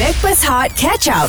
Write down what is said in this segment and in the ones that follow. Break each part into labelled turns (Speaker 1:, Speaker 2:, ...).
Speaker 1: Breakfast Hot Catch Up.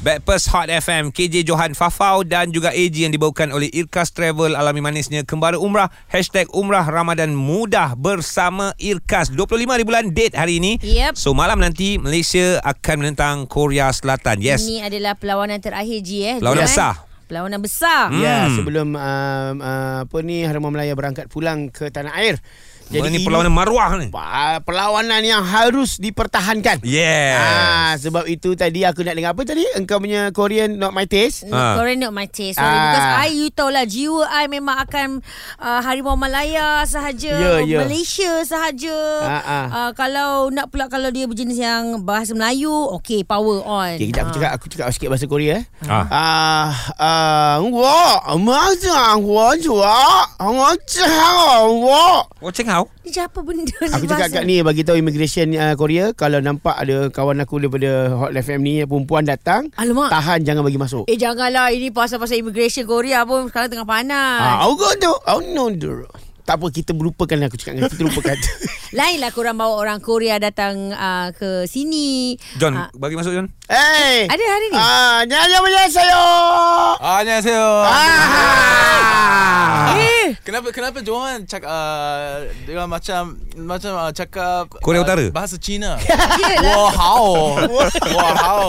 Speaker 2: Backpast Hot FM KJ Johan Fafau Dan juga AG yang dibawakan oleh Irkas Travel Alami manisnya Kembali Umrah Hashtag Umrah Ramadan Mudah Bersama Irkas 25 hari bulan date hari ini
Speaker 3: Yep.
Speaker 2: So malam nanti Malaysia akan menentang Korea Selatan Yes
Speaker 3: Ini adalah perlawanan terakhir Ji eh.
Speaker 2: Perlawanan
Speaker 3: Tuan.
Speaker 2: besar.
Speaker 3: Perlawanan besar.
Speaker 2: Hmm.
Speaker 4: Ya, sebelum um, uh, apa ni Harimau Melaya berangkat pulang ke tanah air.
Speaker 2: Jadi Ini perlawanan maruah ni
Speaker 4: pa- perlawanan yang harus dipertahankan.
Speaker 2: Yes
Speaker 4: Ah, sebab itu tadi aku nak dengar apa tadi? Engkau punya Korean not my taste.
Speaker 3: Ha.
Speaker 2: Ah.
Speaker 3: Korean not my taste Sorry
Speaker 4: Ah.
Speaker 3: Because I you tahu lah Jiwa I memang akan uh, Harimau Malaya sahaja
Speaker 4: Ya, ya.
Speaker 3: Malaysia sahaja
Speaker 4: Ah, ah.
Speaker 3: Uh, Kalau nak pula Kalau dia berjenis yang Bahasa Melayu Okay power on
Speaker 4: Okay,
Speaker 3: Ah.
Speaker 4: kejap aku cakap aku cakap sikit bahasa Korea eh.
Speaker 2: Ah.
Speaker 4: Ah, ah, wo, ma zang wo jua, wo zhao wo.
Speaker 2: Watching how
Speaker 3: Dia cakap apa benda ni
Speaker 4: Aku cakap
Speaker 3: bahasa?
Speaker 4: kat ni bagi tahu immigration uh, Korea kalau nampak ada kawan aku daripada Hot FM ni perempuan datang,
Speaker 3: Alamak
Speaker 4: tahan jangan bagi masuk.
Speaker 3: Eh janganlah Ini pasal-pasal immigration Korea pun Sekarang tengah panas
Speaker 4: Ah, aku tu. Oh no, no. Tak apa kita lupakan aku cakap dengan kita lupakan.
Speaker 3: Lainlah korang bawa orang Korea datang uh, ke sini
Speaker 2: John
Speaker 3: Ah,
Speaker 2: Bagi masuk John
Speaker 4: hey.
Speaker 3: Ada hari ni?
Speaker 4: Ah, jangan punya saya.
Speaker 5: 안녕하세요.
Speaker 4: Ah.
Speaker 3: Eh
Speaker 5: Kenapa kenapa Johan cak uh, dia macam macam uh, cakap
Speaker 2: Korea Utara?
Speaker 5: bahasa Cina.
Speaker 3: Yelah
Speaker 5: Wah hao. Wah hao.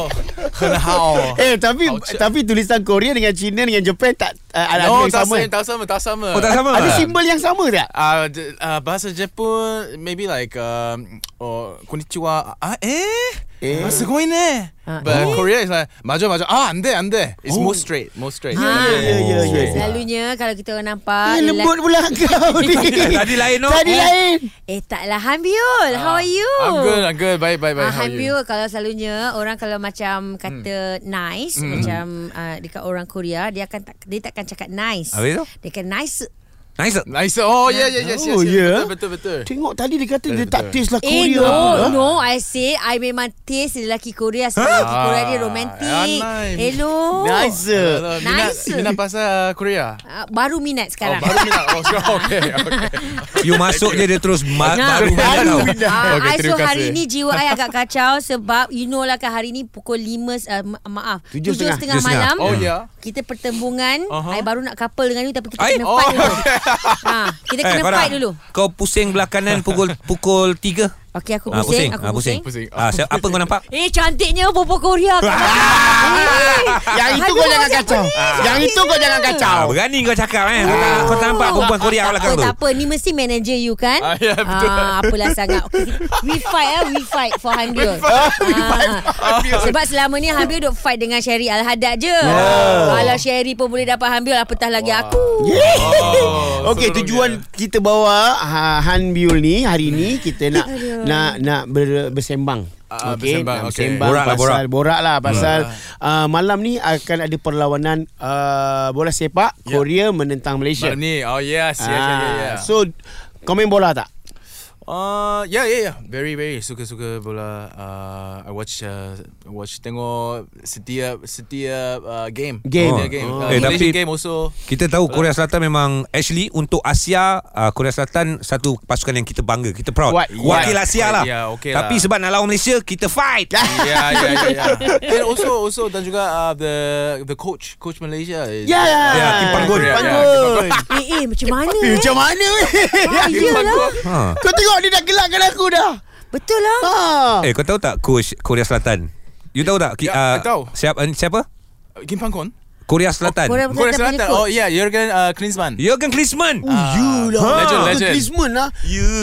Speaker 5: Hen hao.
Speaker 4: Eh tapi
Speaker 5: Ouch.
Speaker 4: tapi tulisan Korea dengan China dengan Jepun tak uh, ada
Speaker 5: No,
Speaker 4: yang
Speaker 5: tak
Speaker 4: sama.
Speaker 5: sama, tak sama, tak sama.
Speaker 2: Oh tak sama
Speaker 4: Ada simbol yang sama tak?
Speaker 5: Uh, d- uh, bahasa Jepun maybe like um, oh konnichiwa ah eh
Speaker 4: Eh.
Speaker 5: eh ah, sugoi ne
Speaker 3: Ah,
Speaker 5: but Korea is like 맞아 맞아 ah 안돼 안돼 it's more straight more straight
Speaker 3: Ah.
Speaker 4: Ya ya ya.
Speaker 5: Oh.
Speaker 4: ya.
Speaker 3: Selalunya kalau kita orang nampak
Speaker 4: Eh,
Speaker 3: ialah-
Speaker 4: lembut pula kau ni.
Speaker 2: Tadi lain oh. no
Speaker 4: Tadi lain.
Speaker 3: Eh taklah Hambiul How are you?
Speaker 5: Ah. I'm good I'm good bye bye
Speaker 3: Ah,
Speaker 5: bye how are you
Speaker 3: Hambiul kalau selalunya orang kalau macam
Speaker 5: Hmm.
Speaker 3: kata nice macam uh, dekat orang Korea dia akan tak dia takkan cakap nice.
Speaker 2: Habis tu?
Speaker 3: Dia akan nice.
Speaker 2: Nice
Speaker 5: nice oh yeah yeah yes
Speaker 4: Oh,
Speaker 5: yes, yes.
Speaker 4: yeah.
Speaker 5: betul betul betul
Speaker 4: Tengok tadi dia kata dia
Speaker 5: Betul,
Speaker 4: tak
Speaker 5: betul.
Speaker 4: taste lah
Speaker 3: Eh
Speaker 4: Korea.
Speaker 3: no,
Speaker 4: Huh?
Speaker 3: no I say I memang taste lelaki Korea sebab lelaki
Speaker 5: Ah,
Speaker 3: Korea dia romantik.
Speaker 5: ah, nice.
Speaker 3: Hello.
Speaker 4: Nice.
Speaker 5: Hello, minat,
Speaker 3: Nice.
Speaker 5: minat pasal uh, Korea
Speaker 3: Ah, baru minat
Speaker 5: Oh,
Speaker 3: sekarang.
Speaker 5: baru minat. Oh, sekarang. Okay, okay.
Speaker 2: You masuk je dia terus ma- Ah, Baru
Speaker 4: Baru
Speaker 2: baru
Speaker 4: minat.
Speaker 3: Ah, okay,
Speaker 5: Okey,
Speaker 3: so
Speaker 5: terima kasih.
Speaker 3: hari ni jiwa I agak kacau sebab you know lah kan hari ni pukul 5 uh, ma- maaf
Speaker 4: Tujuh
Speaker 3: 7.30
Speaker 2: setengah.
Speaker 3: malam.
Speaker 5: Oh, yeah.
Speaker 3: Kita pertembungan.
Speaker 5: Aha.
Speaker 3: I baru nak couple dengan you tapi kita
Speaker 2: Ai, Eh,
Speaker 3: kena
Speaker 5: oh.
Speaker 3: fight dulu. ha, kita kena
Speaker 2: Farah,
Speaker 3: fight dulu.
Speaker 2: Kau pusing belah kanan pukul pukul 3
Speaker 3: Okey aku
Speaker 2: Ah,
Speaker 3: pusing, aku
Speaker 2: ah,
Speaker 3: pusing.
Speaker 5: pusing.
Speaker 2: Ah, siapa- apa kau nampak?
Speaker 3: Eh cantiknya bobo Korea. Kau
Speaker 4: Yang itu kau jangan kacau. Yang itu kau jangan kacau.
Speaker 2: Ah, berani kau cakap eh. Ah. Kau tak nampak perempuan Korea kat
Speaker 3: Oh. tak
Speaker 2: belakang
Speaker 3: apa,
Speaker 2: tu.
Speaker 3: tak apa. Ni mesti manager you kan?
Speaker 5: Ah, ya, betul.
Speaker 3: Ah, apalah sangat. Okay, we fight ah, we fight for Hanbiul. Ah, sebab selama ni Hanbiul duk fight dengan Sherry Al-Haddad je.
Speaker 2: Ya.
Speaker 3: Kalau Sherry pun boleh dapat Hanbiul, apatah lagi aku.
Speaker 5: Oh,
Speaker 4: Okey
Speaker 5: seronoknya.
Speaker 4: tujuan kita bawa ha, Han Biul ni hari ni kita nak nak nak ber, bersembang.
Speaker 5: Ah,
Speaker 4: Okey,
Speaker 5: bersembang,
Speaker 4: nak
Speaker 5: okey. Ah.
Speaker 4: bersembang
Speaker 2: Borak lah,
Speaker 4: pasal borak. lah pasal uh, malam ni akan ada perlawanan uh, bola sepak Korea menentang Malaysia.
Speaker 5: Ya. Malam ni. ya. Oh, yes. Yes, yeah, yeah, yeah.
Speaker 4: Ah, So komen bola tak?
Speaker 5: Uh, yeah, yeah, yeah. Very, very suka-suka bola. Uh, I watch, uh, watch tengok setiap setiap uh, game.
Speaker 4: Game.
Speaker 5: Setiap game.
Speaker 2: Oh.
Speaker 5: Uh,
Speaker 2: Eh, tapi-
Speaker 5: Malaysian game also.
Speaker 2: Kita tahu Korea Selatan memang actually untuk Asia uh, Korea Selatan satu pasukan yang kita bangga, kita proud.
Speaker 4: Kuat,
Speaker 2: Wakil
Speaker 5: kuat.
Speaker 2: Asia
Speaker 5: Kuat,
Speaker 2: lah.
Speaker 5: ya, okey
Speaker 2: Tapi
Speaker 5: lah.
Speaker 2: sebab nak lawan Malaysia, kita fight.
Speaker 5: yeah, yeah, yeah, yeah. And also, also dan juga uh, the the coach, coach Malaysia. Is,
Speaker 4: Ya.
Speaker 2: Ya, Kim Panggun.
Speaker 4: Kim Panggun.
Speaker 3: Eh, eh macam mana
Speaker 4: Eh,
Speaker 3: eh?
Speaker 2: Ya,
Speaker 4: Macam mana
Speaker 3: Ah,
Speaker 4: weh?
Speaker 3: Iyalah.
Speaker 2: Ha.
Speaker 4: Kau tengok dia dah gelakkan aku dah.
Speaker 3: Betul lah.
Speaker 4: Ha.
Speaker 2: Eh, kau tahu tak coach Korea Selatan? You tahu tak? Ki- ah,
Speaker 5: Ya, I tahu.
Speaker 2: Siapa eh, siapa?
Speaker 5: Kim Pangkon.
Speaker 2: Korea Selatan.
Speaker 3: Korea
Speaker 5: Korea Selatan.
Speaker 3: punya
Speaker 5: Oh,
Speaker 3: coach.
Speaker 5: yeah, Jurgen uh, Klinsmann.
Speaker 2: Jurgen Klinsmann.
Speaker 4: Oh,
Speaker 3: Ah.
Speaker 4: you lah.
Speaker 2: Ha.
Speaker 5: ah. Legend,
Speaker 4: Dr.
Speaker 5: legend.
Speaker 4: Klinsmann lah.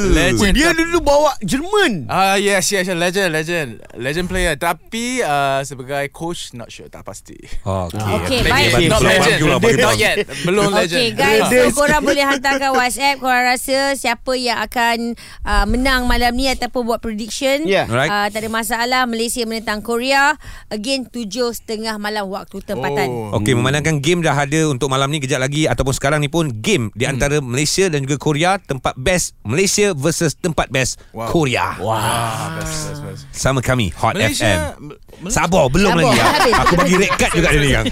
Speaker 5: Legend.
Speaker 4: Weh, Dia dulu bawa Jerman.
Speaker 5: Ah uh, yes yes yes, legend legend legend player tapi uh, sebagai coach not sure tak pasti.
Speaker 2: Ah. Okey.
Speaker 3: Okey,
Speaker 2: Bagi
Speaker 3: baik.
Speaker 2: bagi
Speaker 5: Not
Speaker 2: peluang,
Speaker 5: legend.
Speaker 2: bagi peluang, lah, bagi
Speaker 5: Not
Speaker 2: peluang.
Speaker 5: yet. Belum legend.
Speaker 3: Okay guys
Speaker 5: Ah.
Speaker 3: So korang boleh hantarkan WhatsApp Korang rasa Siapa yang akan uh, Menang malam ni Ataupun buat prediction
Speaker 4: Yeah.
Speaker 2: Alright.
Speaker 3: uh, Tak ada masalah Malaysia menentang Korea Again 7.30 malam Waktu tempatan oh.
Speaker 2: Okey,
Speaker 5: Hmm.
Speaker 2: memandangkan game dah ada untuk malam ni kejap lagi ataupun sekarang ni pun game di
Speaker 5: Hmm.
Speaker 2: antara Malaysia dan juga Korea, tempat best Malaysia versus tempat best
Speaker 5: Wow.
Speaker 2: Korea.
Speaker 5: Ah, best, best, best.
Speaker 2: Sama kami Hot
Speaker 5: Malaysia
Speaker 2: FM. Sabar belum
Speaker 3: Sabar,
Speaker 2: lagi.
Speaker 3: habis.
Speaker 2: Aku bagi red card juga dia ni Kang.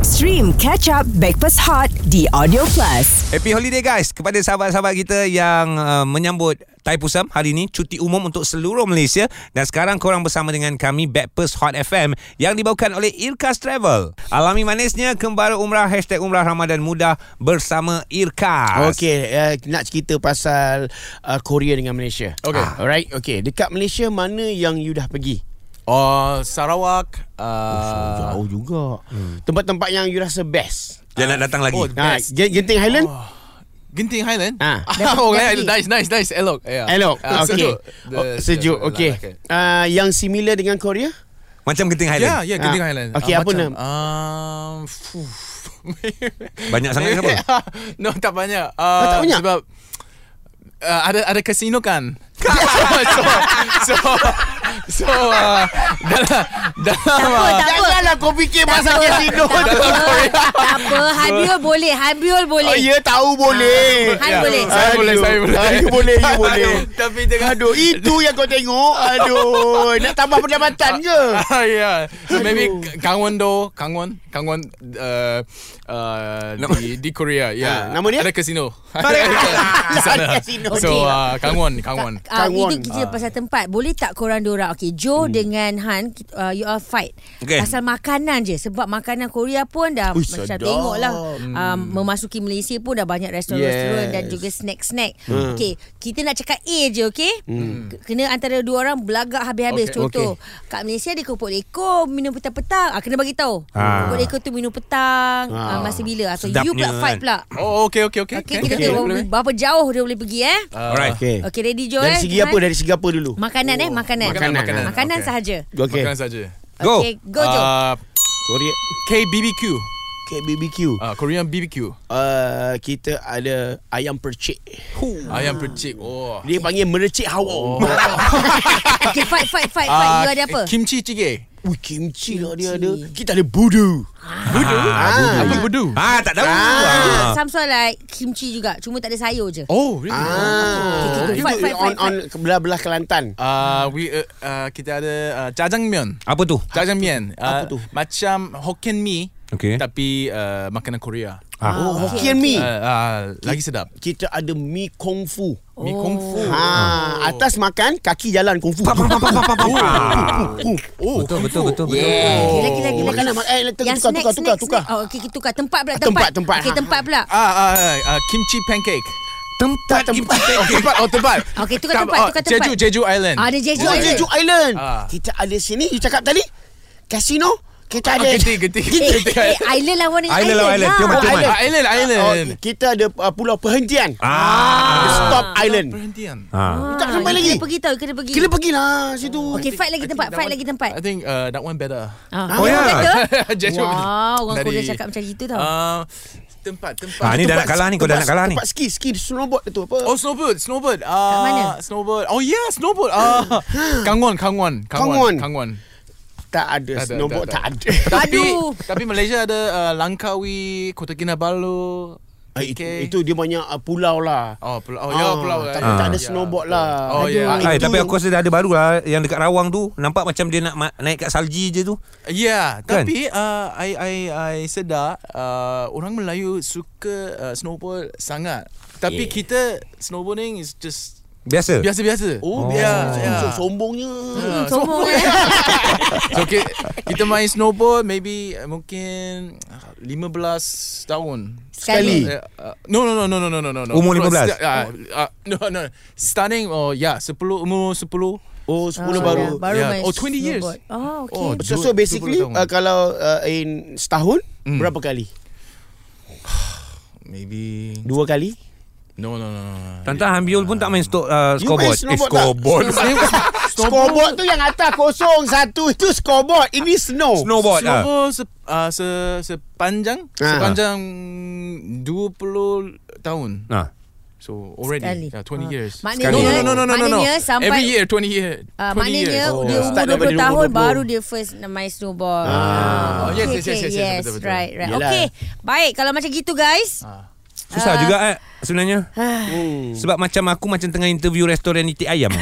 Speaker 1: Stream Catch Up Backpass Hot di Audio Plus.
Speaker 2: Happy holiday guys kepada sahabat-sahabat kita yang uh, menyambut Tai Pusam hari ini cuti umum untuk seluruh Malaysia dan sekarang korang bersama dengan kami Backpast Hot FM yang dibawakan oleh Irkas Travel. Alami manisnya kembali umrah hashtag umrah Ramadan mudah bersama Irkas.
Speaker 4: Okey, uh, nak cerita pasal uh, Korea dengan Malaysia. Ah.
Speaker 5: Okay.
Speaker 4: Alright, okey. Dekat Malaysia mana yang you dah pergi?
Speaker 5: Oh, Sarawak. Uh,
Speaker 4: Jauh juga. Hmm. Tempat-tempat yang you rasa best.
Speaker 2: Dia nak datang lagi.
Speaker 5: Oh,
Speaker 4: Ha,
Speaker 5: best.
Speaker 4: Gen- Genting Highland? Oh.
Speaker 5: Genting Highland.
Speaker 4: Ah.
Speaker 5: oh, yeah,
Speaker 3: Dapat-
Speaker 5: nice, nice, nice. Elok. Yeah.
Speaker 4: Hello.
Speaker 5: Ah,
Speaker 4: okey.
Speaker 5: The-
Speaker 4: Oh, sejuk.
Speaker 5: the-
Speaker 4: Okey.
Speaker 5: like it.
Speaker 4: Uh, yang similar dengan Korea?
Speaker 2: Macam Genting
Speaker 5: Yeah,
Speaker 2: Highland.
Speaker 5: yeah, Genting
Speaker 4: Ah.
Speaker 5: Highland.
Speaker 4: Okey, apa
Speaker 5: macam,
Speaker 4: nama?
Speaker 5: Um, fuh.
Speaker 4: Eh,
Speaker 2: Banyak sangat ke apa?
Speaker 5: no, tak banyak. Uh,
Speaker 4: Oh, tak banyak?
Speaker 5: Sebab uh, ada ada kasino kan. so so so, so uh, dalam dalam
Speaker 3: apa,
Speaker 5: uh,
Speaker 3: tak apa.
Speaker 4: Janganlah kau fikir pasal kasino
Speaker 3: Tak
Speaker 4: tu.
Speaker 3: apa, tak apa. Habiul boleh, Habiul boleh.
Speaker 4: Oh, ya tahu boleh.
Speaker 3: Han boleh.
Speaker 5: Ya. Saya
Speaker 4: Aduh.
Speaker 5: boleh, saya boleh.
Speaker 4: Ah, you boleh, you boleh.
Speaker 5: Aduh, Tapi jangan
Speaker 4: Aduh, itu yang kau tengok. Aduh, nak tambah pendapatan ke?
Speaker 5: Ah, yeah. So maybe Gangwon do Gangwon Gangwon uh, uh, di, di Korea yeah.
Speaker 4: Ah, nama dia?
Speaker 5: Ada kasino
Speaker 4: Ada
Speaker 5: Di sana
Speaker 4: kasino.
Speaker 5: So
Speaker 4: Okey.
Speaker 5: uh, Gangwon Gangwon
Speaker 3: Ah,
Speaker 4: Kang Won.
Speaker 3: ini kita pasal tempat. Boleh tak korang dora? Okey, Joe hmm. dengan Han ki- uh, you all fight.
Speaker 2: Okey.
Speaker 3: Pasal makanan je sebab makanan Korea pun dah
Speaker 4: Ui,
Speaker 3: macam
Speaker 4: sedap.
Speaker 3: tengoklah hmm. um, memasuki Malaysia pun dah banyak restoran-restoran yes. dan juga snack-snack. Hmm. Okey, kita nak cakap A je okey. Hmm. Kena antara dua orang belagak habis-habis
Speaker 5: Okey.
Speaker 3: contoh. Okay. Kat Malaysia dia kopok leko minum petang-petang. Ah kena bagi tahu.
Speaker 2: Ah.
Speaker 3: Kopok leko tu minum petang ah.
Speaker 4: Ah.
Speaker 3: masa bila. So
Speaker 2: Sedapnya
Speaker 3: you pula fight
Speaker 2: kan.
Speaker 3: pula.
Speaker 5: Oh okay okay okay
Speaker 3: Okey, kita tengok berapa jauh dia boleh pergi eh.
Speaker 5: Uh,
Speaker 2: Alright.
Speaker 4: Okey.
Speaker 3: Okey, ready Joe
Speaker 4: Dari
Speaker 3: eh?
Speaker 4: segi apa?
Speaker 3: Han?
Speaker 4: Dari segi apa dulu?
Speaker 3: Makanan eh, makanan.
Speaker 5: Makanan,
Speaker 4: makanan.
Speaker 3: Makanan
Speaker 5: Okay.
Speaker 3: sahaja.
Speaker 4: Okey.
Speaker 5: Makan saja
Speaker 2: Go.
Speaker 3: Okay, go Joe.
Speaker 5: uh,
Speaker 4: Korea.
Speaker 5: KBBQ
Speaker 4: Okay, BBQ.
Speaker 3: Ah.
Speaker 5: uh, Korean BBQ
Speaker 4: Uh, kita ada ayam percik.
Speaker 5: Ayam percik Oh
Speaker 4: Dia panggil merecik hawa. Oh.
Speaker 3: okay, fight, fight, fight, fight.
Speaker 5: Ah,
Speaker 3: you ada apa?
Speaker 5: Kimchi jjigae
Speaker 4: Ui, kimchi lah dia ada. Kita ada budu. Budu? Ah,
Speaker 5: Apa bedu?
Speaker 2: Ah, tak
Speaker 3: Ah.
Speaker 2: tahu. Ah.
Speaker 3: Some sort like kimchi juga. Cuma tak ada sayur je.
Speaker 5: Oh really?
Speaker 4: Ah,
Speaker 3: Okay, okay, okay.
Speaker 4: itu
Speaker 3: Fight, fight,
Speaker 4: on
Speaker 3: fight, Ah,
Speaker 4: on belah-belah Kelantan.
Speaker 5: Uh, we uh, uh, kita ada uh, jajangmyeon
Speaker 2: Apa tu?
Speaker 5: Jajangmyeon
Speaker 4: Apa
Speaker 5: Ah,
Speaker 4: tu?
Speaker 5: Macam Hokkien Mee
Speaker 2: Okey.
Speaker 5: Tapi uh, makanan Korea
Speaker 4: Oh,
Speaker 3: Ah,
Speaker 4: Hokkien
Speaker 5: uh,
Speaker 4: mee.
Speaker 5: uh, Lagi sedap
Speaker 4: Kita ada mi kung fu.
Speaker 5: Mee
Speaker 3: Oh.
Speaker 5: Kung Fu
Speaker 3: Ah.
Speaker 4: Ha, atas makan, kaki jalan kung fu.
Speaker 2: Ah.
Speaker 5: Oh
Speaker 2: Betul, betul, betul.
Speaker 4: Yeah.
Speaker 3: Gila, gila, gila.
Speaker 4: Makanan mak- eh, tukar,
Speaker 3: Yang snack,
Speaker 4: tukar, tukar, tukar,
Speaker 3: snack,
Speaker 4: tukar. Ah,
Speaker 3: snack. Oh, okay, kita tukar. Tempat pula, tempat.
Speaker 4: Tempat, tempat. ha.
Speaker 3: Okay, tempat pula.
Speaker 5: Ah, ah, ah, ah, kimchi pancake.
Speaker 2: Tempat
Speaker 4: tempat.
Speaker 5: Oh, tempat, oh tempat.
Speaker 3: Okey, tukar tempat,
Speaker 5: oh,
Speaker 3: tukar
Speaker 5: Jeju,
Speaker 3: tempat.
Speaker 5: Jeju Island.
Speaker 3: Ah, ada Jeju.
Speaker 4: Oh,
Speaker 3: Island.
Speaker 4: Jeju Island.
Speaker 5: Ah.
Speaker 4: Kita ada sini, you cakap tadi? Kasino? Kita ada.
Speaker 5: Ah, Genting, Genting.
Speaker 3: Eh,
Speaker 5: Genting.
Speaker 3: eh, island lawan dengan
Speaker 2: Island
Speaker 3: island.
Speaker 2: lawan island.
Speaker 3: lah.
Speaker 2: Tioman, Tioman.
Speaker 5: Ah, Island,
Speaker 4: Oh,
Speaker 5: Island.
Speaker 4: kita ada uh, pulau perhentian.
Speaker 2: Ah.
Speaker 4: Stop Oh, Island.
Speaker 5: Perhentian.
Speaker 2: Ah.
Speaker 3: Ah,
Speaker 4: Tak sampai
Speaker 3: you
Speaker 4: lagi.
Speaker 3: Kena pergi tau, kena pergi.
Speaker 4: Kena Ah. pergilah situ.
Speaker 3: Okay, fight lagi tempat, fight lagi tempat.
Speaker 5: I think uh, that one better.
Speaker 3: Ah,
Speaker 2: Oh,
Speaker 3: yang
Speaker 2: ya.
Speaker 3: better.
Speaker 5: Jeju.
Speaker 3: Wow, orang
Speaker 5: Dari-
Speaker 3: Korea cakap macam gitu tau.
Speaker 5: Ah, tempat, tempat.
Speaker 2: Ah, ni dah nak kalah ni, kau dah nak kalah ni.
Speaker 4: Tempat ski, ski snowboard tu apa?
Speaker 5: Oh snowboard, snowboard. Ah,
Speaker 3: mana?
Speaker 5: Snowboard. Oh yeah, snowboard. Ah, Gangwon,
Speaker 4: Gangwon.
Speaker 5: Gangwon, Gangwon, Gangwon.
Speaker 4: tak ada snowboard, tak ada.
Speaker 5: Tapi,
Speaker 3: Aduh.
Speaker 5: tapi Malaysia ada uh, Langkawi, Kota Kinabalu.
Speaker 4: Ah, Itu,
Speaker 5: PK.
Speaker 4: itu dia banyak uh, pulau lah.
Speaker 5: Oh, pulau. Oh, ya, pulau.
Speaker 4: tak,
Speaker 5: eh.
Speaker 4: tak ada
Speaker 5: Ya,
Speaker 4: snowboard
Speaker 5: betul.
Speaker 4: lah.
Speaker 5: Oh, ya.
Speaker 4: Ah,
Speaker 2: Ay,
Speaker 4: itu
Speaker 2: tapi aku
Speaker 4: yang-
Speaker 2: rasa dah ada baru lah yang dekat Rawang tu nampak macam dia nak ma- naik kat salji je tu.
Speaker 5: Yeah,
Speaker 2: Kan?
Speaker 5: kan? tapi uh, I I I sedar uh, orang Melayu suka uh, snowboard sangat. Tapi yeah. kita snowboarding is just
Speaker 2: Biasa.
Speaker 5: biasa-biasa. Ya,
Speaker 4: Oh,
Speaker 5: yeah,
Speaker 4: biasa.
Speaker 5: yeah.
Speaker 4: So- Sombongnya.
Speaker 5: Yeah, so,
Speaker 3: Sombong eh.
Speaker 5: Hmm, so kita, kita main snowboard maybe uh, mungkin uh, 15 tahun.
Speaker 4: Sekali.
Speaker 5: Uh, uh, no no no no no no no no, no.
Speaker 2: Umur
Speaker 5: No,
Speaker 2: 15?
Speaker 5: sta- uh, uh, no no. Starting oh yeah, 10 umur 10.
Speaker 4: Oh, 10
Speaker 3: dah.
Speaker 4: baru.
Speaker 3: baru
Speaker 5: Yeah.
Speaker 3: main
Speaker 5: Oh, 20 years.
Speaker 3: snowboard. Oh, okay.
Speaker 5: Oh,
Speaker 4: So,
Speaker 5: Dua-
Speaker 4: so basically
Speaker 5: 20
Speaker 4: uh,
Speaker 5: tahun.
Speaker 4: kalau uh, in setahun mm. berapa kali?
Speaker 5: Maybe
Speaker 4: Dua kali?
Speaker 5: no no no. no.
Speaker 2: Tantan Hambiul pun tak main stok uh,
Speaker 4: You main
Speaker 2: scoreboard. Eh,
Speaker 4: snowboard ah. tak?
Speaker 2: scoreboard.
Speaker 4: Scoreboard tu yang atas kosong satu itu scoreboard. Ini snow.
Speaker 2: Snowboard ah.
Speaker 5: Snowboard se, uh, se, sepanjang
Speaker 4: Ah.
Speaker 5: sepanjang 20 tahun.
Speaker 2: Nah.
Speaker 5: So already
Speaker 3: Sekali.
Speaker 5: yeah, 20
Speaker 3: Ah.
Speaker 5: years.
Speaker 3: Maknanya-
Speaker 5: no, no, no, no, no, no, no.
Speaker 3: maknanya sampai-
Speaker 5: Every year 20 year.
Speaker 3: Uh,
Speaker 5: 20
Speaker 3: maknanya
Speaker 5: years.
Speaker 3: oh, dia
Speaker 4: Oh. Start
Speaker 3: umur
Speaker 4: daripada
Speaker 3: 20 tahun
Speaker 4: umur 20.
Speaker 3: baru dia first main snowboard. Ah.
Speaker 5: Oh, Yes, yes, yes, yes, yes, betul, betul.
Speaker 3: Right, right.
Speaker 4: Yelah.
Speaker 3: Okay, baik. Kalau macam gitu guys.
Speaker 2: Susah
Speaker 3: Ah.
Speaker 2: juga eh, sebenarnya. Sebab macam aku macam tengah interview restoran itik ayam.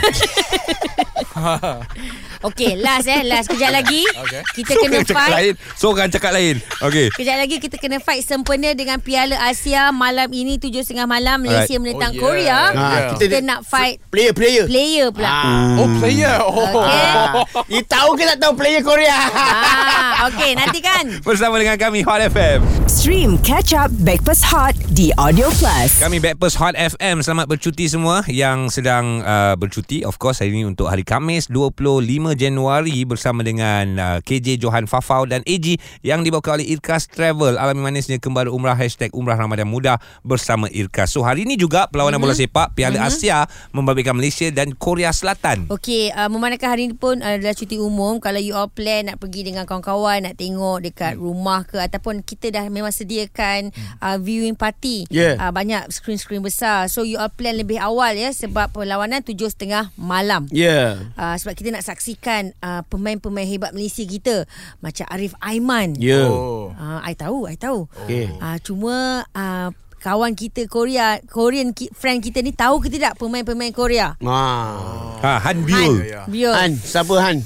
Speaker 3: Okay last eh Last kejap lagi
Speaker 5: Okay.
Speaker 3: Kita kena
Speaker 2: cakap
Speaker 3: fight
Speaker 2: lain Seorang cakap lain Okay
Speaker 3: Kejap lagi kita kena fight sempena dengan Piala Asia malam ini 7.30 malam Malaysia
Speaker 2: Alright.
Speaker 3: menentang
Speaker 5: Oh,
Speaker 3: Korea.
Speaker 5: yeah. Ah,
Speaker 3: Kita, kita nak fight
Speaker 4: Player player
Speaker 3: player pula.
Speaker 4: Ah.
Speaker 5: Oh player Oh
Speaker 3: Okay.
Speaker 4: Ah. You tahu ke tak tahu player Korea?
Speaker 3: ah, okay nanti kan.
Speaker 2: Bersama dengan kami Hot FM
Speaker 1: Stream catch up Backpass Hot di Audio Plus.
Speaker 2: Kami Backpast Hot FM Selamat bercuti semua Yang sedang uh, bercuti Of course hari ini untuk hari Kamis 25 Januari Bersama dengan uh, KJ Johan Fafau dan AG Yang dibawa oleh Irkas Travel Alami manisnya kembali umrah Hashtag umrah Ramadan Muda Bersama Irkas So hari ini juga
Speaker 4: Mhm.
Speaker 2: Perlawanan mm-hmm. bola sepak Piala mm-hmm. Asia Membabitkan Malaysia dan Korea Selatan
Speaker 3: Okey, uh, memandangkan hari ni pun adalah cuti umum. Kalau you all plan nak pergi dengan kawan-kawan, nak tengok dekat hmm. rumah ke ataupun kita dah memang sediakan uh, viewing party.
Speaker 4: Hmm. Yeah.
Speaker 3: Uh, banyak skrin-skrin besar. So you all plan lebih awal ya sebab perlawanan 7.30 malam.
Speaker 4: Yeah.
Speaker 3: Uh, sebab kita nak saksikan uh, pemain-pemain hebat Malaysia kita macam Arif Aiman.
Speaker 4: Yeah.
Speaker 5: Oh
Speaker 3: Ah, I tahu, I tahu.
Speaker 4: Okay.
Speaker 3: Ah, cuma ah, kawan kita Korea, Korean ki, friend kita ni tahu ke tidak pemain-pemain Korea?
Speaker 4: Ah.
Speaker 2: ha, Han Byul
Speaker 5: ya.
Speaker 3: Bio.
Speaker 4: Han, siapa Han?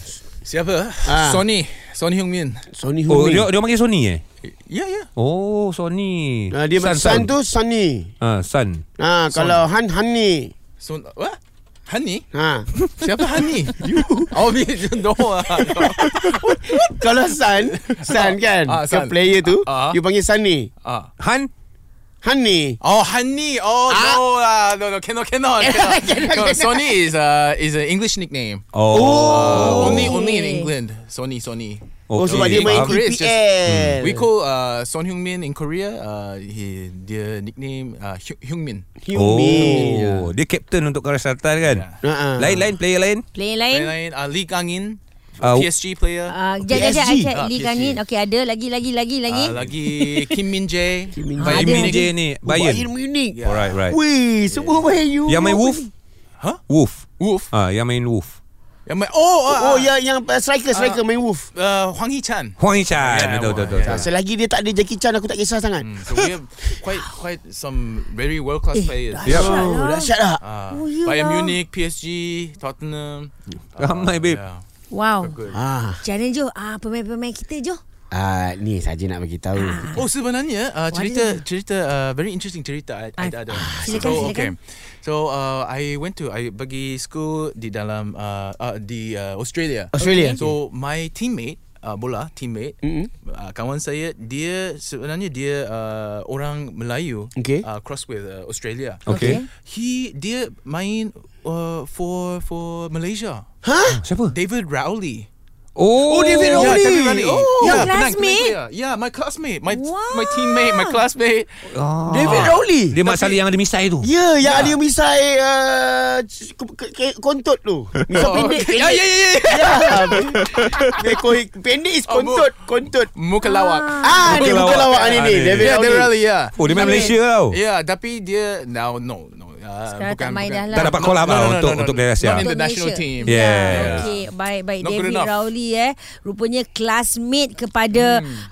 Speaker 5: Siapa?
Speaker 4: Ah.
Speaker 5: Sony Sony Hyung Min
Speaker 4: Sony
Speaker 2: Oh
Speaker 4: Huming.
Speaker 2: dia, dia panggil Sony eh
Speaker 5: Ya ya
Speaker 2: Oh Sony
Speaker 4: Ah, dia Sun, Sun tu Sunny.
Speaker 2: ha, Sun
Speaker 4: Ah, kalau Han Hani.
Speaker 5: Son What? Hani?
Speaker 4: Ha.
Speaker 5: Siapa Hani? you Oh me No ah, no.
Speaker 4: kalau Sun, Sun kan.
Speaker 5: Ah,
Speaker 4: Ah,
Speaker 5: Sun.
Speaker 4: player tu,
Speaker 5: Ah, ah.
Speaker 4: you panggil Sunny.
Speaker 5: Ah.
Speaker 2: Han
Speaker 4: Hani.
Speaker 5: Oh Hani Oh no ah, No no cannot cannot, cannot. no, Sony is uh, is an English nickname
Speaker 2: Oh,
Speaker 5: Uh, only only in England. Sony Sony.
Speaker 4: Oh,
Speaker 2: eh,
Speaker 4: sebab
Speaker 5: Okay.
Speaker 4: dia main
Speaker 5: Ah, Korea is just-
Speaker 2: Hmm,
Speaker 4: TPL.
Speaker 5: We call uh, Son Heung-min in Korea. Uh, he their nickname uh, Hy- Heung-min.
Speaker 4: Huming.
Speaker 2: Oh, dia captain untuk Korea Selatan kan?
Speaker 5: Ya.
Speaker 4: Ah, ah.
Speaker 2: Lain-lain player lain?
Speaker 3: Player
Speaker 5: Lain
Speaker 3: lain.
Speaker 5: lain uh, Lee Kang-in,
Speaker 2: Ah, w-
Speaker 5: PSG player.
Speaker 3: Ah, Jap, jap, jap. I
Speaker 4: PSG.
Speaker 3: check
Speaker 5: Ah,
Speaker 3: Lee
Speaker 5: PSG.
Speaker 3: Kanin. Okey, ada lagi, lagi, lagi, lagi.
Speaker 5: Uh, lagi Kim Min Jae.
Speaker 4: Min
Speaker 2: Bayern
Speaker 3: ada
Speaker 2: Munich ni,
Speaker 4: Oh,
Speaker 2: Bayern.
Speaker 4: Bayern Munich.
Speaker 5: Yeah.
Speaker 2: Alright, right.
Speaker 4: Wih, semua Bayern.
Speaker 2: Yang main Wolf?
Speaker 5: Huh?
Speaker 2: Wolf.
Speaker 5: Wolf.
Speaker 2: Ah, yang main Wolf.
Speaker 5: Yang main- oh ah,
Speaker 4: Oh,
Speaker 5: ah,
Speaker 4: yang yang uh, striker striker main Wolf.
Speaker 5: Uh, Huang Hee-chan.
Speaker 2: Huang Hee-chan.
Speaker 5: Yeah,
Speaker 2: betul, betul, betul.
Speaker 5: yeah.
Speaker 2: betul.
Speaker 4: Selagi dia tak ada Jackie Chan aku tak kisah sangat.
Speaker 5: Mm, so we have quite quite some very world class
Speaker 3: Eh,
Speaker 5: players.
Speaker 3: dah- Yep.
Speaker 4: Oh, dahsyat lah.
Speaker 5: Uh,
Speaker 3: Oh, ya
Speaker 5: Bayern
Speaker 3: lah.
Speaker 5: Munich, PSG, Tottenham.
Speaker 2: Ramai, babe.
Speaker 5: yeah.
Speaker 3: Wow.
Speaker 5: Good.
Speaker 4: Ah,
Speaker 3: Jangan Jo, ah pemain-pemain kita Jo.
Speaker 4: ah ni saja nak bagi tahu.
Speaker 5: Oh sebenarnya uh, cerita cerita uh, very interesting cerita I, I,
Speaker 3: Ah,
Speaker 5: ada.
Speaker 3: silakan,
Speaker 5: so,
Speaker 3: silakan.
Speaker 5: Okay. So uh, I went to I bagi school di dalam uh, uh, di uh, Australia.
Speaker 4: Australia. Okay.
Speaker 5: So my teammate uh, bola teammate
Speaker 4: Mm-mm.
Speaker 5: uh, kawan saya dia sebenarnya dia uh, orang Melayu
Speaker 4: Okay.
Speaker 5: uh, cross with uh, Australia.
Speaker 2: Okay.
Speaker 5: He dia main uh, for for Malaysia.
Speaker 2: Siapa?
Speaker 5: David Rowley.
Speaker 2: Oh,
Speaker 4: David
Speaker 5: Yeah,
Speaker 4: Rowley.
Speaker 5: David Rowley.
Speaker 3: Your
Speaker 5: Oh, yeah, penang, penang
Speaker 3: classmate?
Speaker 5: player. Yeah, my classmate, my
Speaker 3: Wow.
Speaker 5: my teammate, my classmate.
Speaker 2: Ah.
Speaker 4: David Rowley.
Speaker 2: Dia Mat Salleh yang ada misai tu.
Speaker 4: Ya, yeah, yang ada misai uh, c- ke- ke- ke- kontot tu. Misai
Speaker 5: Oh,
Speaker 4: pendek.
Speaker 5: okay.
Speaker 2: ya.
Speaker 5: Yeah, yeah, yeah, yeah.
Speaker 4: Ya. Meko pendek is kontot, kontot.
Speaker 5: Muka lawak.
Speaker 4: Ah, ni
Speaker 2: Muka
Speaker 4: bukan
Speaker 2: lawak.
Speaker 4: lawak ni ni.
Speaker 2: Ah, ni.
Speaker 4: David
Speaker 5: Yeah, David
Speaker 4: Rowley.
Speaker 5: Rowley, yeah.
Speaker 2: Oh, dia main Malaysia tau.
Speaker 5: Yeah, tapi dia now no no. Uh,
Speaker 3: Sekarang tak main dah lah.
Speaker 2: Tak dapat call up lah untuk- untuk Malaysia.
Speaker 5: Not in
Speaker 3: Untuk
Speaker 5: the national
Speaker 3: Malaysia. Ah,
Speaker 5: team.
Speaker 2: Yeah.
Speaker 3: Okey, baik-baik
Speaker 5: Not good
Speaker 3: David
Speaker 5: enough.
Speaker 3: Rowley eh. Rupanya classmate kepada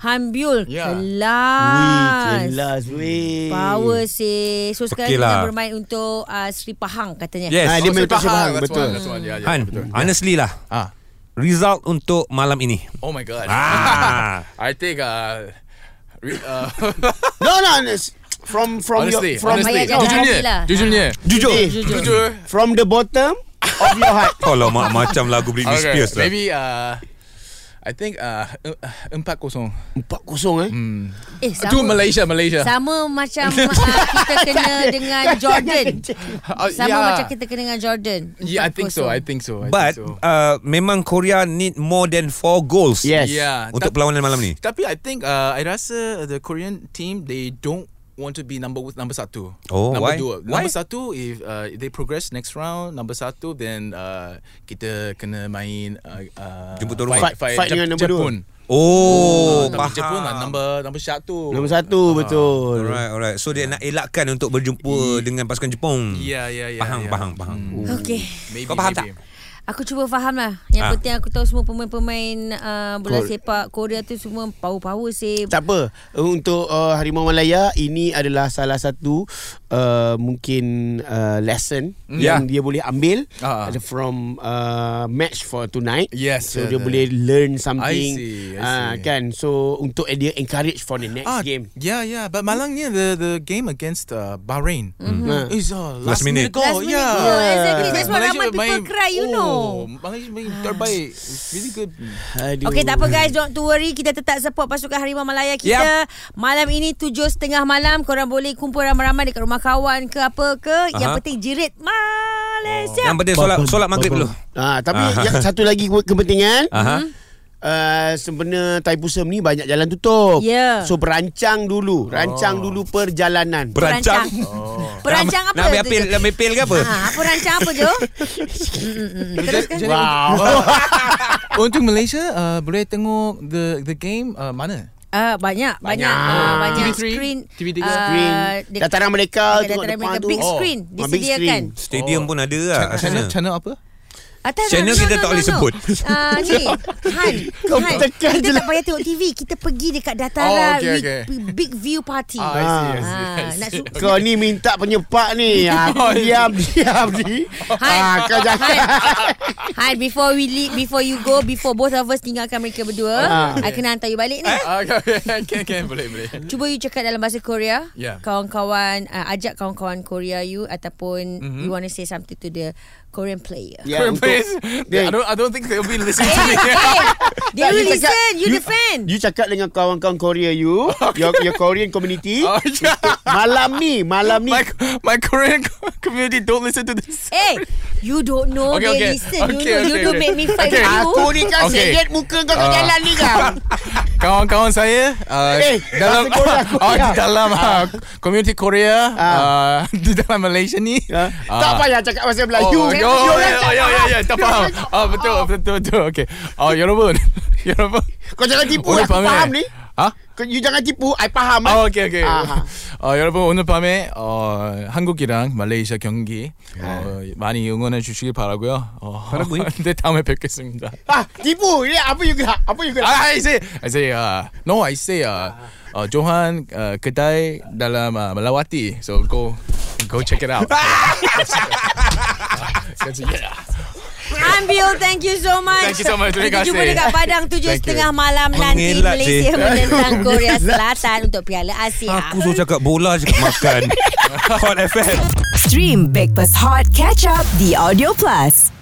Speaker 3: Hambiul.
Speaker 5: Hmm. Yeah.
Speaker 4: Wih,
Speaker 3: Kelas.
Speaker 4: jelas weh.
Speaker 3: Power sih. So sekarang
Speaker 2: Okey
Speaker 3: okay
Speaker 2: lah.
Speaker 3: dia bermain untuk uh, Sri Pahang katanya.
Speaker 2: Yes.
Speaker 4: Ah, dia main
Speaker 5: Oh, Sri
Speaker 4: untuk Sri
Speaker 5: Pahang,
Speaker 4: Pahang,
Speaker 5: that's
Speaker 4: betul.
Speaker 5: one, that's one. Yeah, yeah,
Speaker 2: Han,
Speaker 5: betul.
Speaker 2: honestly lah.
Speaker 5: Ah.
Speaker 2: Result untuk malam ini.
Speaker 5: Oh my god.
Speaker 2: Ah.
Speaker 5: I think uh, re- uh,
Speaker 4: No, no, no. it's From from your
Speaker 5: honestly,
Speaker 4: from
Speaker 5: honestly,
Speaker 3: Bayar jalan
Speaker 5: jujurnya,
Speaker 3: hati lah.
Speaker 5: jujurnya,
Speaker 2: Ah.
Speaker 4: jujur.
Speaker 5: jujur.
Speaker 4: From the bottom of your heart.
Speaker 2: Oh, lama macam lagu Britney
Speaker 5: Okay,
Speaker 2: Spears lah.
Speaker 5: maybe uh, I think uh, empat kosong.
Speaker 4: 4-0 eh.
Speaker 5: Hmm.
Speaker 3: Eh,
Speaker 5: To Malaysia, Malaysia.
Speaker 3: Sama macam uh, kita kena dengan Jordan.
Speaker 5: Uh,
Speaker 3: Sama
Speaker 5: yeah.
Speaker 3: macam kita kena dengan Jordan.
Speaker 5: Yeah, I think so. I
Speaker 3: 4-0.
Speaker 5: think so. I
Speaker 2: But
Speaker 5: think so.
Speaker 2: uh, memang Korea need more than 4 goals
Speaker 4: Yes.
Speaker 5: yeah,
Speaker 2: untuk
Speaker 5: tap-
Speaker 2: perlawanan malam ni.
Speaker 5: Tapi I think uh, I rasa the Korean team they don't want to be number number satu.
Speaker 2: Oh, why?
Speaker 5: number Dua.
Speaker 2: Why?
Speaker 5: Number satu if uh, they progress next round number satu then uh, kita kena main uh, uh,
Speaker 2: Jemput turun.
Speaker 5: fight, fight,
Speaker 4: Fight
Speaker 5: Jap-
Speaker 4: dengan nombor dua.
Speaker 5: Jepun.
Speaker 2: Oh,
Speaker 5: Tapi
Speaker 2: faham.
Speaker 5: Jepun lah number number satu.
Speaker 4: Nombor
Speaker 5: Ah,
Speaker 4: satu betul.
Speaker 2: Alright, alright. So dia nak elakkan untuk berjumpa dengan pasukan Jepun.
Speaker 5: Yeah, yeah, yeah.
Speaker 2: Faham,
Speaker 5: yeah.
Speaker 2: faham, faham. Oh.
Speaker 3: Okey.
Speaker 5: Maybe,
Speaker 2: Kau faham
Speaker 5: maybe.
Speaker 2: tak?
Speaker 3: Aku cuba faham lah. Yang
Speaker 2: Ah.
Speaker 3: penting aku tahu semua pemain-pemain uh, bola
Speaker 4: Kor-
Speaker 3: sepak Korea tu semua power-power sih.
Speaker 4: Eh, Tak apa. Untuk uh, Harimau Malaya ini adalah salah satu uh, mungkin uh, lesson
Speaker 2: Yeah.
Speaker 4: yang dia boleh ambil
Speaker 5: Hmm. Ya. Ah.
Speaker 4: uh from uh, match for tonight.
Speaker 5: Yes,
Speaker 4: So dia
Speaker 5: yeah, yeah.
Speaker 4: boleh learn something.
Speaker 5: I see, I
Speaker 4: Ah,
Speaker 5: see.
Speaker 4: kan. So untuk dia encourage for the next game.
Speaker 5: Ah, Yeah, yeah. But Malangnya the the game against uh, Bahrain mm-hmm. is uh, last,
Speaker 2: Last minute.
Speaker 5: goal.
Speaker 3: Last minute
Speaker 5: yeah.
Speaker 3: goal, exactly. That's why
Speaker 5: Malaysia
Speaker 3: ramai people
Speaker 5: main-
Speaker 3: cry, you
Speaker 5: oh,
Speaker 3: know.
Speaker 5: Malaysia main terbaik. It's really good.
Speaker 4: Aduh.
Speaker 3: Okay tak apa guys Don't to worry Kita tetap support Pasukan Harimau Malaya kita Malam ini 7.30 malam Korang boleh kumpul ramai-ramai Dekat rumah kawan ke apa ke Yang
Speaker 2: Aha. Oh,
Speaker 3: penting jerit Malaysia
Speaker 2: Yang penting solat solat maghrib dulu.
Speaker 4: Ah, tapi
Speaker 2: Ah.
Speaker 4: yang satu lagi ke- kepentingan.
Speaker 3: Hmm.
Speaker 2: Aha.
Speaker 4: Uh, sebenarnya Thai Pusam ni banyak jalan tutup.
Speaker 3: Ya.
Speaker 4: So berancang dulu, rancang oh. dulu perjalanan.
Speaker 2: Perancang. Oh.
Speaker 3: Perancang apa
Speaker 2: Nak ambil pil, nak ambil pil ke apa?
Speaker 3: Ha, apa rancang apa Jo?
Speaker 5: kan?
Speaker 3: Teruskan.
Speaker 4: Wow.
Speaker 5: Oh. Untuk Malaysia uh, boleh tengok the the game uh, mana?
Speaker 3: Ah banyak banyak
Speaker 4: Banyak.
Speaker 3: ah, banyak
Speaker 5: TV3,
Speaker 3: screen
Speaker 5: TV3.
Speaker 3: ah,
Speaker 4: Screen.
Speaker 3: di-
Speaker 4: Dataran mereka
Speaker 3: ah,
Speaker 4: tengok
Speaker 3: dataran
Speaker 4: depan
Speaker 3: mereka.
Speaker 4: tu.
Speaker 3: Big
Speaker 4: Oh.
Speaker 3: screen
Speaker 4: Ah, big
Speaker 3: disediakan.
Speaker 4: screen.
Speaker 2: Stadium pun ada lah kat
Speaker 5: Channel,
Speaker 2: sana.
Speaker 5: channel apa?
Speaker 3: Atas
Speaker 2: Channel kita tak boleh sebut.
Speaker 3: Ah ni Han,
Speaker 4: Kau
Speaker 3: Han kita
Speaker 4: tekan je
Speaker 3: tak payah tengok TV, kita pergi dekat dataran
Speaker 5: Oh, okay,
Speaker 3: we-
Speaker 5: okay.
Speaker 3: p- big view party.
Speaker 5: Ah, I see, I see,
Speaker 3: Ah,
Speaker 5: I
Speaker 3: nak
Speaker 5: see.
Speaker 3: su-
Speaker 4: Kau ni minta penyepak ni.
Speaker 5: Oh,
Speaker 4: Aku diam diam ni.
Speaker 3: Hai.
Speaker 4: Ah, kau
Speaker 3: Han,
Speaker 4: jangan.
Speaker 3: Han, before we leave, before you go, before both of us tinggalkan mereka berdua, I kena hantar you balik ni.
Speaker 5: Ah, okay, can can boleh boleh.
Speaker 3: Cuba you cakap dalam bahasa Korea.
Speaker 5: Yeah.
Speaker 3: Kawan-kawan uh, ajak kawan-kawan Korea you ataupun mm-hmm. you want to say something to the Korean player. Yeah.
Speaker 4: Ya, untuk-
Speaker 5: Please.
Speaker 4: Dia-
Speaker 5: I don't I don't think they'll be listening to me.
Speaker 3: They
Speaker 4: Tak,
Speaker 3: will
Speaker 4: Ya, you cakap-
Speaker 3: listen. You, the fan.
Speaker 4: You cakap dengan kawan-kawan Korea you, your, your Korean community.
Speaker 5: Oh, yeah.
Speaker 4: Malam ni, malam ni.
Speaker 5: My my Korean community don't listen to this.
Speaker 3: Hey, you don't know
Speaker 5: Okay,
Speaker 3: they
Speaker 5: okay.
Speaker 3: listen. you
Speaker 5: Okay,
Speaker 3: know, you
Speaker 5: okay,
Speaker 3: do
Speaker 5: okay.
Speaker 3: make me fight
Speaker 5: Okay.
Speaker 3: with you.
Speaker 4: Aku ni kan
Speaker 5: Okay. Ah. Uh.
Speaker 4: seret muka kau kat jalan ni kan.
Speaker 5: Kawan-kawan saya uh,
Speaker 4: Eh,
Speaker 5: dalam
Speaker 4: bahasa Korea,
Speaker 5: oh,
Speaker 4: Korea.
Speaker 5: di dalam uh, community Korea
Speaker 4: Ah.
Speaker 5: uh, di dalam Malaysia ni.
Speaker 4: Ha? Tak
Speaker 5: ah,
Speaker 4: payah cakap bahasa
Speaker 5: Oh,
Speaker 4: Melayu. eh.
Speaker 5: yo,
Speaker 4: Dia
Speaker 5: yo,
Speaker 4: orang
Speaker 5: yo,
Speaker 4: cakap-
Speaker 5: yo, yo, yo, tak faham. Ah, betul, betul, betul. Okay. Ah, 여러분, 여러분.
Speaker 4: Kau jangan tipu. Aku
Speaker 5: 오늘 밤에-
Speaker 4: faham ni.
Speaker 5: 아?
Speaker 4: Kau- You jangan tipu. I faham. eh.
Speaker 5: 아, 오케이, 오케이.
Speaker 4: 아하.
Speaker 5: 어, 여러분 오늘 밤에 어, 한국이랑 말레이시아 경기
Speaker 4: 네.
Speaker 5: 어, 많이 응원해 주시길 바라고요. 어,
Speaker 2: 바라고요?
Speaker 5: 네, 다음에 뵙겠습니다.
Speaker 4: Ah, tipu. Ni apa you gerak? Apa you gerak?
Speaker 5: 아, Ah, I say, I say, uh, no, I say, uh, uh, Johan uh, kedai dalam uh, Melawati. So go, go check it out. 그래서, yeah.
Speaker 3: Ambil, thank you so much.
Speaker 5: Thank you so much. Terima
Speaker 3: Kita jumpa
Speaker 5: kasih.
Speaker 3: dekat Padang 7.30 malam nanti
Speaker 2: Mengelak,
Speaker 3: Malaysia
Speaker 2: cik.
Speaker 3: menentang Korea Selatan untuk Piala Asia.
Speaker 2: Aku suruh cakap bola cakap makan. Hot FM.
Speaker 1: Stream Breakfast Hot Catch Up The Audio Plus.